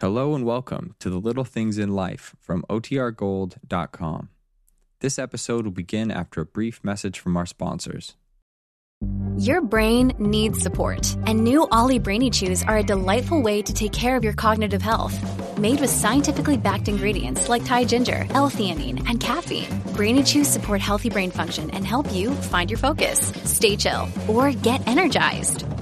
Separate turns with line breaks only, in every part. Hello and welcome to the Little Things in Life from OTRGold.com. This episode will begin after a brief message from our sponsors.
Your brain needs support, and new Ollie Brainy Chews are a delightful way to take care of your cognitive health. Made with scientifically backed ingredients like Thai ginger, L-theanine, and caffeine, Brainy Chews support healthy brain function and help you find your focus, stay chill, or get energized.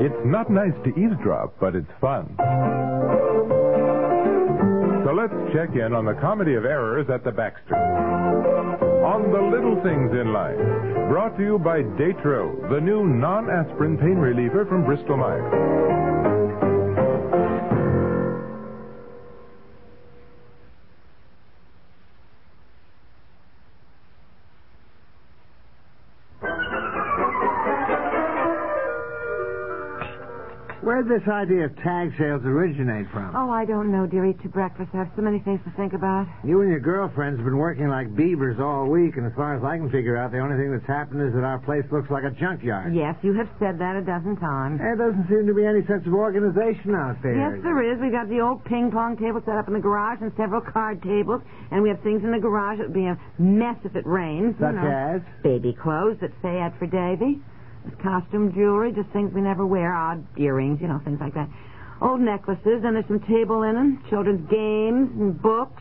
It's not nice to eavesdrop, but it's fun. So let's check in on the comedy of errors at the Baxter. On the little things in life. Brought to you by Datro, the new non aspirin pain reliever from Bristol Myers.
Where'd this idea of tag sales originate from?
Oh, I don't know, dearie. To breakfast, I have so many things to think about.
You and your girlfriend's been working like beavers all week, and as far as I can figure out, the only thing that's happened is that our place looks like a junkyard.
Yes, you have said that a dozen times.
There doesn't seem to be any sense of organization out there.
Yes, there is. We've got the old ping pong table set up in the garage and several card tables, and we have things in the garage that would be a mess if it rains. you
Such
know.
as?
baby clothes that say out for Davy, costume jewelry, just things we never wear, odd earrings, you know, things like that. Old necklaces, and there's some table linen, children's games, and books.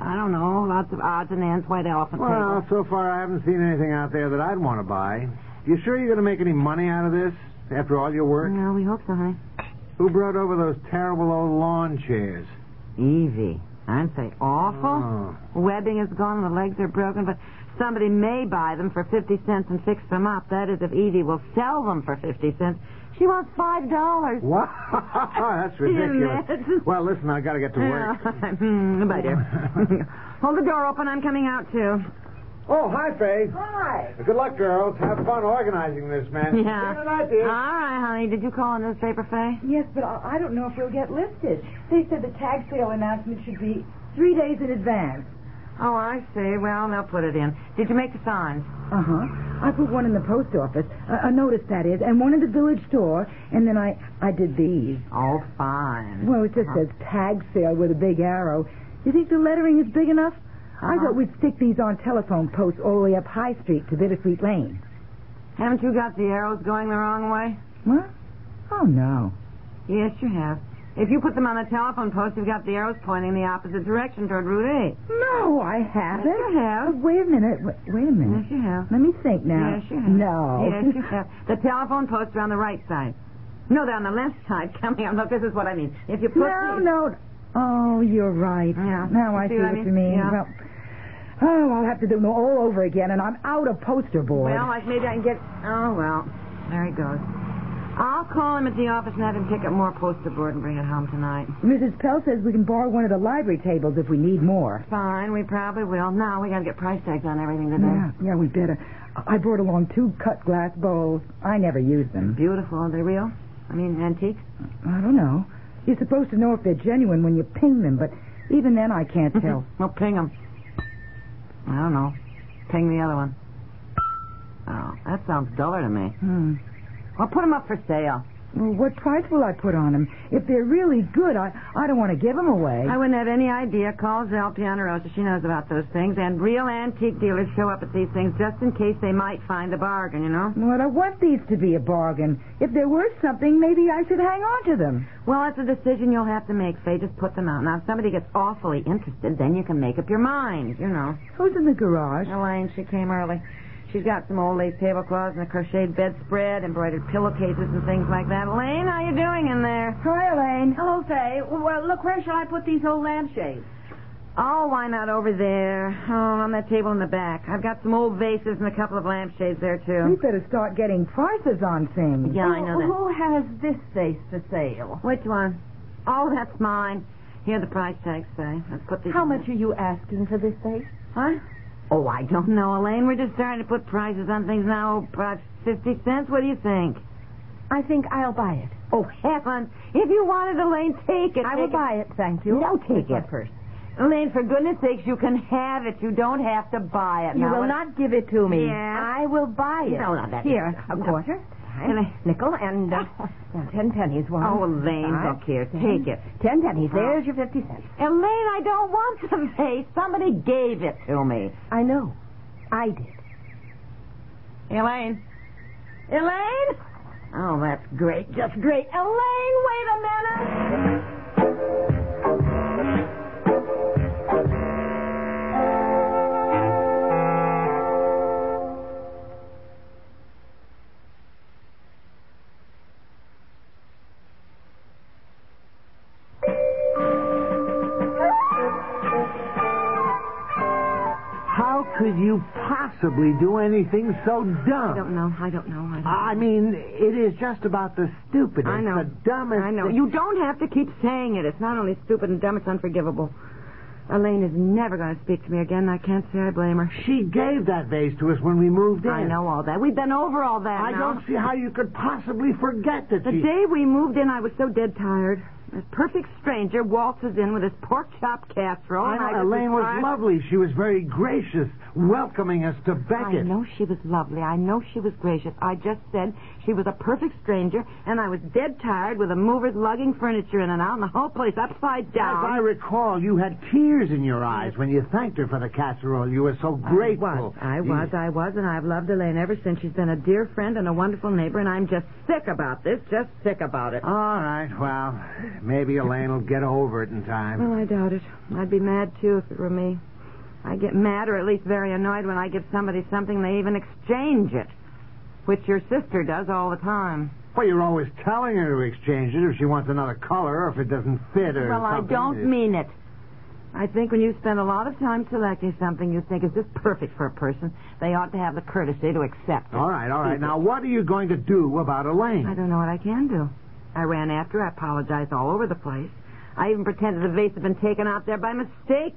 I don't know, lots of odds and ends, white elephant
Well,
table.
so far I haven't seen anything out there that I'd want to buy. You sure you're going to make any money out of this after all your work?
Well, we hope so, honey.
Who brought over those terrible old lawn chairs?
Easy. I'd say awful. Webbing is gone, the legs are broken, but somebody may buy them for 50 cents and fix them up. That is, if Evie will sell them for 50 cents. She wants $5.
What? That's
Can you
ridiculous.
imagine?
Well, listen, I've got to get to work.
Hmm, Goodbye, dear. Hold the door open. I'm coming out, too.
Oh, hi, Faye. Hi. Good luck, girls. Have fun organizing this, man.
Yeah. Uh,
Good night, dear.
All right, honey. Did you call a newspaper, Faye?
Yes, but I I don't know if you'll get listed. They said the tag sale announcement should be three days in advance.
Oh, I see. Well, they'll put it in. Did you make the signs?
Uh huh. I put one in the post office, a, a notice that is, and one in the village store, and then I I did these.
Oh, fine.
Well, it just
Uh-huh.
says tag sale with a big arrow. You think the lettering is big enough? I
Uh-huh.
thought we'd stick these on telephone posts all the way up High Street to Bittersweet Lane.
Haven't you got the arrows going the wrong way?
What? Oh no.
Yes, you have. If you put them on the telephone post, you've got the arrows pointing the opposite direction toward Route 8.
No, I haven't.
Yes, you have.
Wait a minute. Wait, wait a minute.
Yes, you have.
Let me think now.
Yes, you have.
No.
Yes, you have. The telephone posts are on the right side. No, they're on the left side. Come here. Look, this is what I mean. If you put
No,
these-
no. Oh, you're right.
Yeah.
Now I
See
see,
what I
what
mean?
you mean.
Yeah.
Well, oh, I'll have to do them all over again, and I'm out of poster board.
Well, like maybe I can get. Oh well, there he goes. I'll call him at the office and have him pick up more poster board and bring it home tonight.
Mrs. Pell says we can borrow one of the library tables if we need more.
Fine, we probably will. Now we gotta get price tags on everything today.
Yeah, yeah, we better. I- I brought along two cut glass bowls. I never use them.
Beautiful. Are they real? I mean, antiques.
I don't know. You're supposed to know if they're genuine when you ping them, but even then I can't tell.
Well, ping him. I don't know. Ping the other one. Oh, that sounds duller to me.
Hmm.
Well, put them up for sale.
Well, what price will I put on them? If they're really good, I, I don't want to give them away.
I wouldn't have any idea. Call Zell Pianarosa. She knows about those things. And real antique dealers show up at these things just in case they might find a bargain, you know?
Well, I want these to be a bargain. If they're worth something, maybe I should hang on to them.
Well, it's a decision you'll have to make, Faye. Just put them out. Now, if somebody gets awfully interested, then you can make up your mind, you know.
Who's in the garage?
Elaine, she came early. She's got some old lace tablecloths and a crocheted bedspread, embroidered pillowcases and things like that. Elaine, how you doing in there?
Hi, Elaine.
Hello, Faye. Well, look, where shall I put these old lampshades?
Oh, why not over there? Oh, on that table in the back. I've got some old vases and a couple of lampshades there,
We
too.
better start getting prices on things.
Yeah, I know that.
Who has this vase for sale?
Which one? Oh, that's mine. Here the price tags say. Let's put these.
How
in
much are you asking for this vase?
Huh? Oh, I don't know, Elaine. We're just starting to put prices on things now. Perhaps 50 cents. What do you think?
I think I'll buy it.
Oh, heavens. If you want it, Elaine, take it.
I will
Take
buy it, thank you.
No, take
With my
it.
purse.
Elaine, for goodness sakes, you can have it. You don't have to buy it.
You
Now,
will
what-
not give it to me.
Yes.
I will buy it.
No, no, that
Here,
isn't-
a
no.
quarter, and
Elaine.
a nickel, and uh, now ten pennies. One.
Oh, Elaine,
five,
look here.
ten,
Take it.
Ten pennies.
Oh.
There's your fifty cents.
Elaine, I don't want the vase. Somebody gave it to me.
I know. I did.
Elaine. Elaine? Oh, that's great. Just great. Elaine, wait a minute.
How could you possibly do anything so
I
dumb?
don't know. I don't know. I don't
I mean, it is just about the stupidest,
I know.
the dumbest.
I know.
thing-
You don't have to keep saying it. It's not only stupid and dumb, it's unforgivable. Elaine is never going to speak to me again, and I can't say I blame her.
She gave that vase to us when we moved in.
I know all that. We've been over all that
I
now.
don't see how you could possibly forget that
The
she.
day we moved in, I was so dead tired. This perfect stranger waltzes in with his pork chop casserole.
I
and I
know
just
Elaine was
decide-
lovely. She was very gracious, welcoming us to
I
Beckett.
know she was lovely. I know she was gracious. I just said she was a perfect stranger, and I was dead tired with the movers lugging furniture in and out and the whole place upside
As
down.
I recall, you had tears in your eyes when you thanked her for the casserole. You were so grateful.
I was, I was, I was, and I've loved Elaine ever since. She's been a dear friend and a wonderful neighbor, and I'm just sick about this, just sick about it.
All right, well, maybe Elaine will get over it in time.
Well, I doubt it. I'd be mad, too, if it were me. I get mad, or at least very annoyed, when I give somebody something, they even exchange it, which your sister does all the time.
Well, you're always telling her to exchange it if she wants another color or if it doesn't fit or
well, I
something.
don't mean it. I think when you spend a lot of time selecting something you think is just perfect for a person, they ought to have the courtesy to accept it.
All right, all right. Now, what are you going to do about Elaine?
I don't know what I can do. I ran after her. I apologized all over the place. I even pretended the vase had been taken out there by mistake.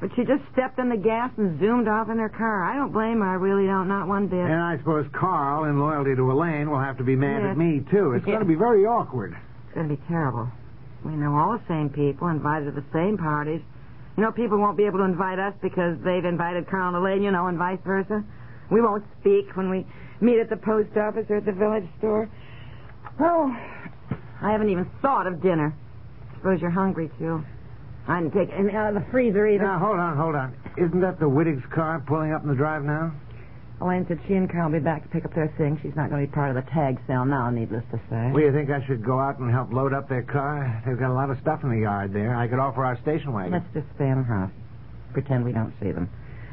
But she just stepped on the gas and zoomed off in her car. I don't blame her. I really don't. Not one bit.
And I suppose Carl, in loyalty to Elaine, will have to be mad
Yes.
at me, too. It's going to be very awkward.
It's going to be terrible. We know all the same people, invited to the same parties. You know, people won't be able to invite us because they've invited Carl and Elaine, you know, and vice versa. We won't speak when we meet at the post office or at the village store. Oh, I haven't even thought of dinner. Suppose you're hungry, too. I didn't take anything out of the freezer either.
Now, hold on, hold on. Isn't that the Wittig's car pulling up in the drive now?
Elaine said she and Carl will be back to pick up their things. She's not going to be part of the tag sale now, needless to say.
Well, you think I should go out and help load up their car? They've got a lot of stuff in the yard there. I could offer our station wagon.
Let's just stay in the house. Pretend we don't see them.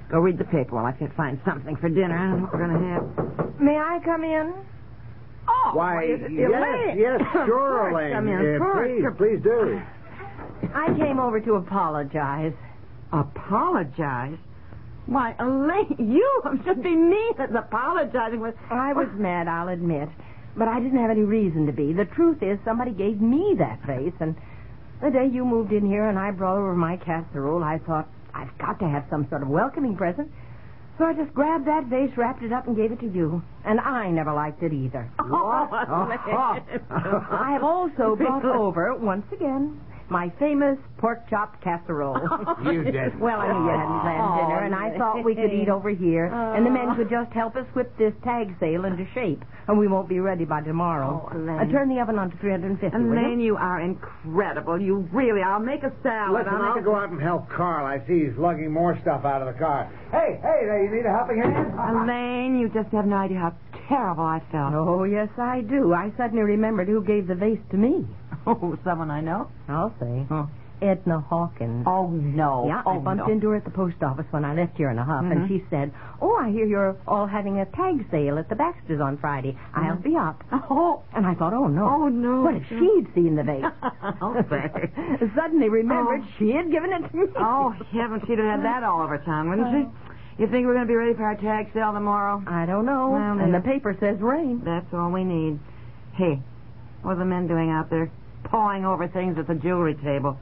Go read the paper while I can find something for dinner. I don't know what we're going to have. May I come in? Oh,
Why,
is it-
yes,
Elaine.
yes,
Of
sure,
course,
Elaine.
Come in.
Yeah,
of course.
please, please do.
I came over to apologize.
Apologize? Why, Elaine, you should be me that's apologizing. With...
I was mad, I'll admit. But I didn't have any reason to be. The truth is, somebody gave me that vase, and the day you moved in here and I brought over my casserole, I thought, I've got to have some sort of welcoming present. So I just grabbed that vase, wrapped it up, and gave it to you. And I never liked it either.
What?
Oh,
I have also brought over, once again,
my famous pork chop casserole.
You did.
Well, I knew you hadn't planned
Oh,
dinner, and I thought we could eat over here, and the men could just help us whip this tag sale into shape, and we won't be ready by tomorrow.
Oh, Elaine.
Uh, turn the oven on to 350, will you?
Elaine, you are incredible. You really are. Make a salad.
Listen,
I'll
I'll
make
go out and help Carl. I see he's lugging more stuff out of the car. Hey, hey, there, you need a helping hand?
Elaine, you just have no idea how terrible I felt.
Oh, yes, I do. I suddenly remembered who gave the vase to me.
Oh, someone I know?
I'll say. Edna Hawkins.
Oh, no.
Yeah, I
oh,
bumped
no. Mm-hmm.
into her at the post office when I left here in a huff, and she said, Oh, I hear you're all having a tag sale at the Baxters on Friday. I'll be up.
Oh,
And I thought, oh, no.
Oh, no.
What if she'd seen the vase?
Oh, thanks.
Suddenly remembered
Oh.
she had given it to me.
oh, heaven, she'd have had that all over town, wouldn't she? You think we're going to be ready for our tag sale tomorrow?
I don't know.
Well,
and
yeah.
the paper says rain.
That's all we need. Hey, what are the men doing out there? Pawing over things at the jewelry table.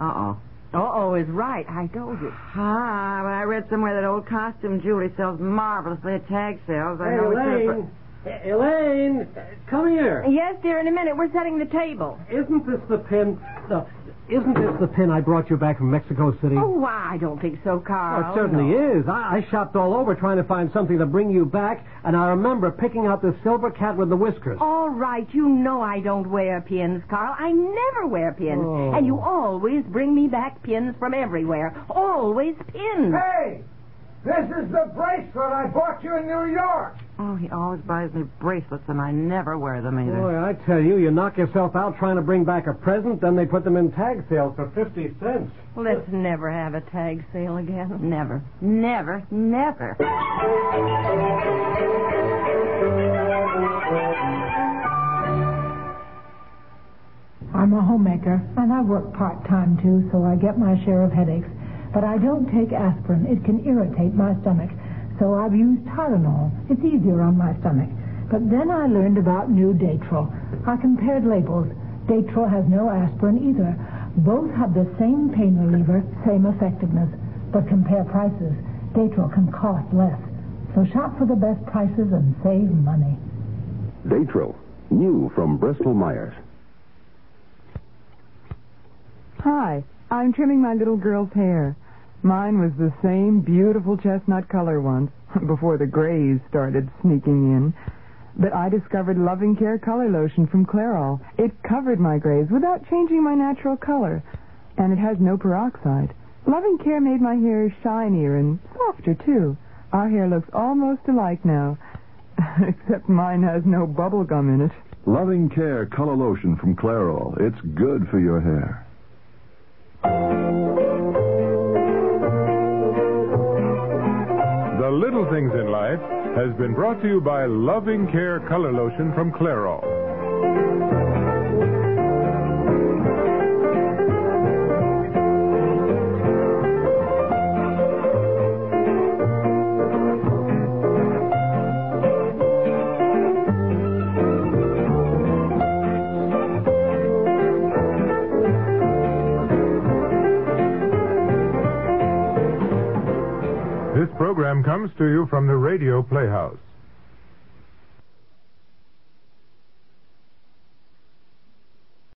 Uh-oh.
Uh-oh is right. I told you.
Ah, but I read somewhere that old costume jewelry sells marvelously at tag sales. I
Hey,
know we could've-
Elaine. Hey, Elaine, come here.
Yes, dear, in a minute. We're setting the table.
Isn't this the pin? No, isn't this the pin I brought you back from Mexico City?
Oh, why? I don't think so,
Oh,
Carl.
it certainly
No.
is. I, I shopped all over trying to find something to bring you back, and I remember picking out the silver cat with the whiskers.
All right, you know I don't wear pins, Carl. I never wear pins.
Oh.
And you always bring me back pins from everywhere. Always pins.
Hey, this is the bracelet I bought you in New York.
Oh, he always buys me bracelets, and I never wear them either.
Boy, I tell you, you knock yourself out trying to bring back a present, then they put them in tag sales for 50 cents.
Let's never have a tag sale again.
Never, never, never.
I'm a homemaker, and I work part time too, so I get my share of headaches. But I don't take aspirin, it can irritate my stomach. So I've used Tylenol. It's easier on my stomach. But then I learned about new Datril. I compared labels. Datril has no aspirin either. Both have the same pain reliever, same effectiveness. But compare prices. Datril can cost less. So shop for the best prices and save money.
Datril, new from Bristol Myers.
Hi, I'm trimming my little girl's hair. Mine was the same beautiful chestnut color once, before the grays started sneaking in. But I discovered Loving Care Color Lotion from Clairol. It covered my grays without changing my natural color, and it has no peroxide. Loving Care made my hair shinier and softer, too. Our hair looks almost alike now, except mine has no bubble gum in it.
Loving Care Color Lotion from Clairol. It's good for your hair. The Little Things in Life has been brought to you by Loving Care Color Lotion from Clairol. This program comes to you from the Radio Playhouse.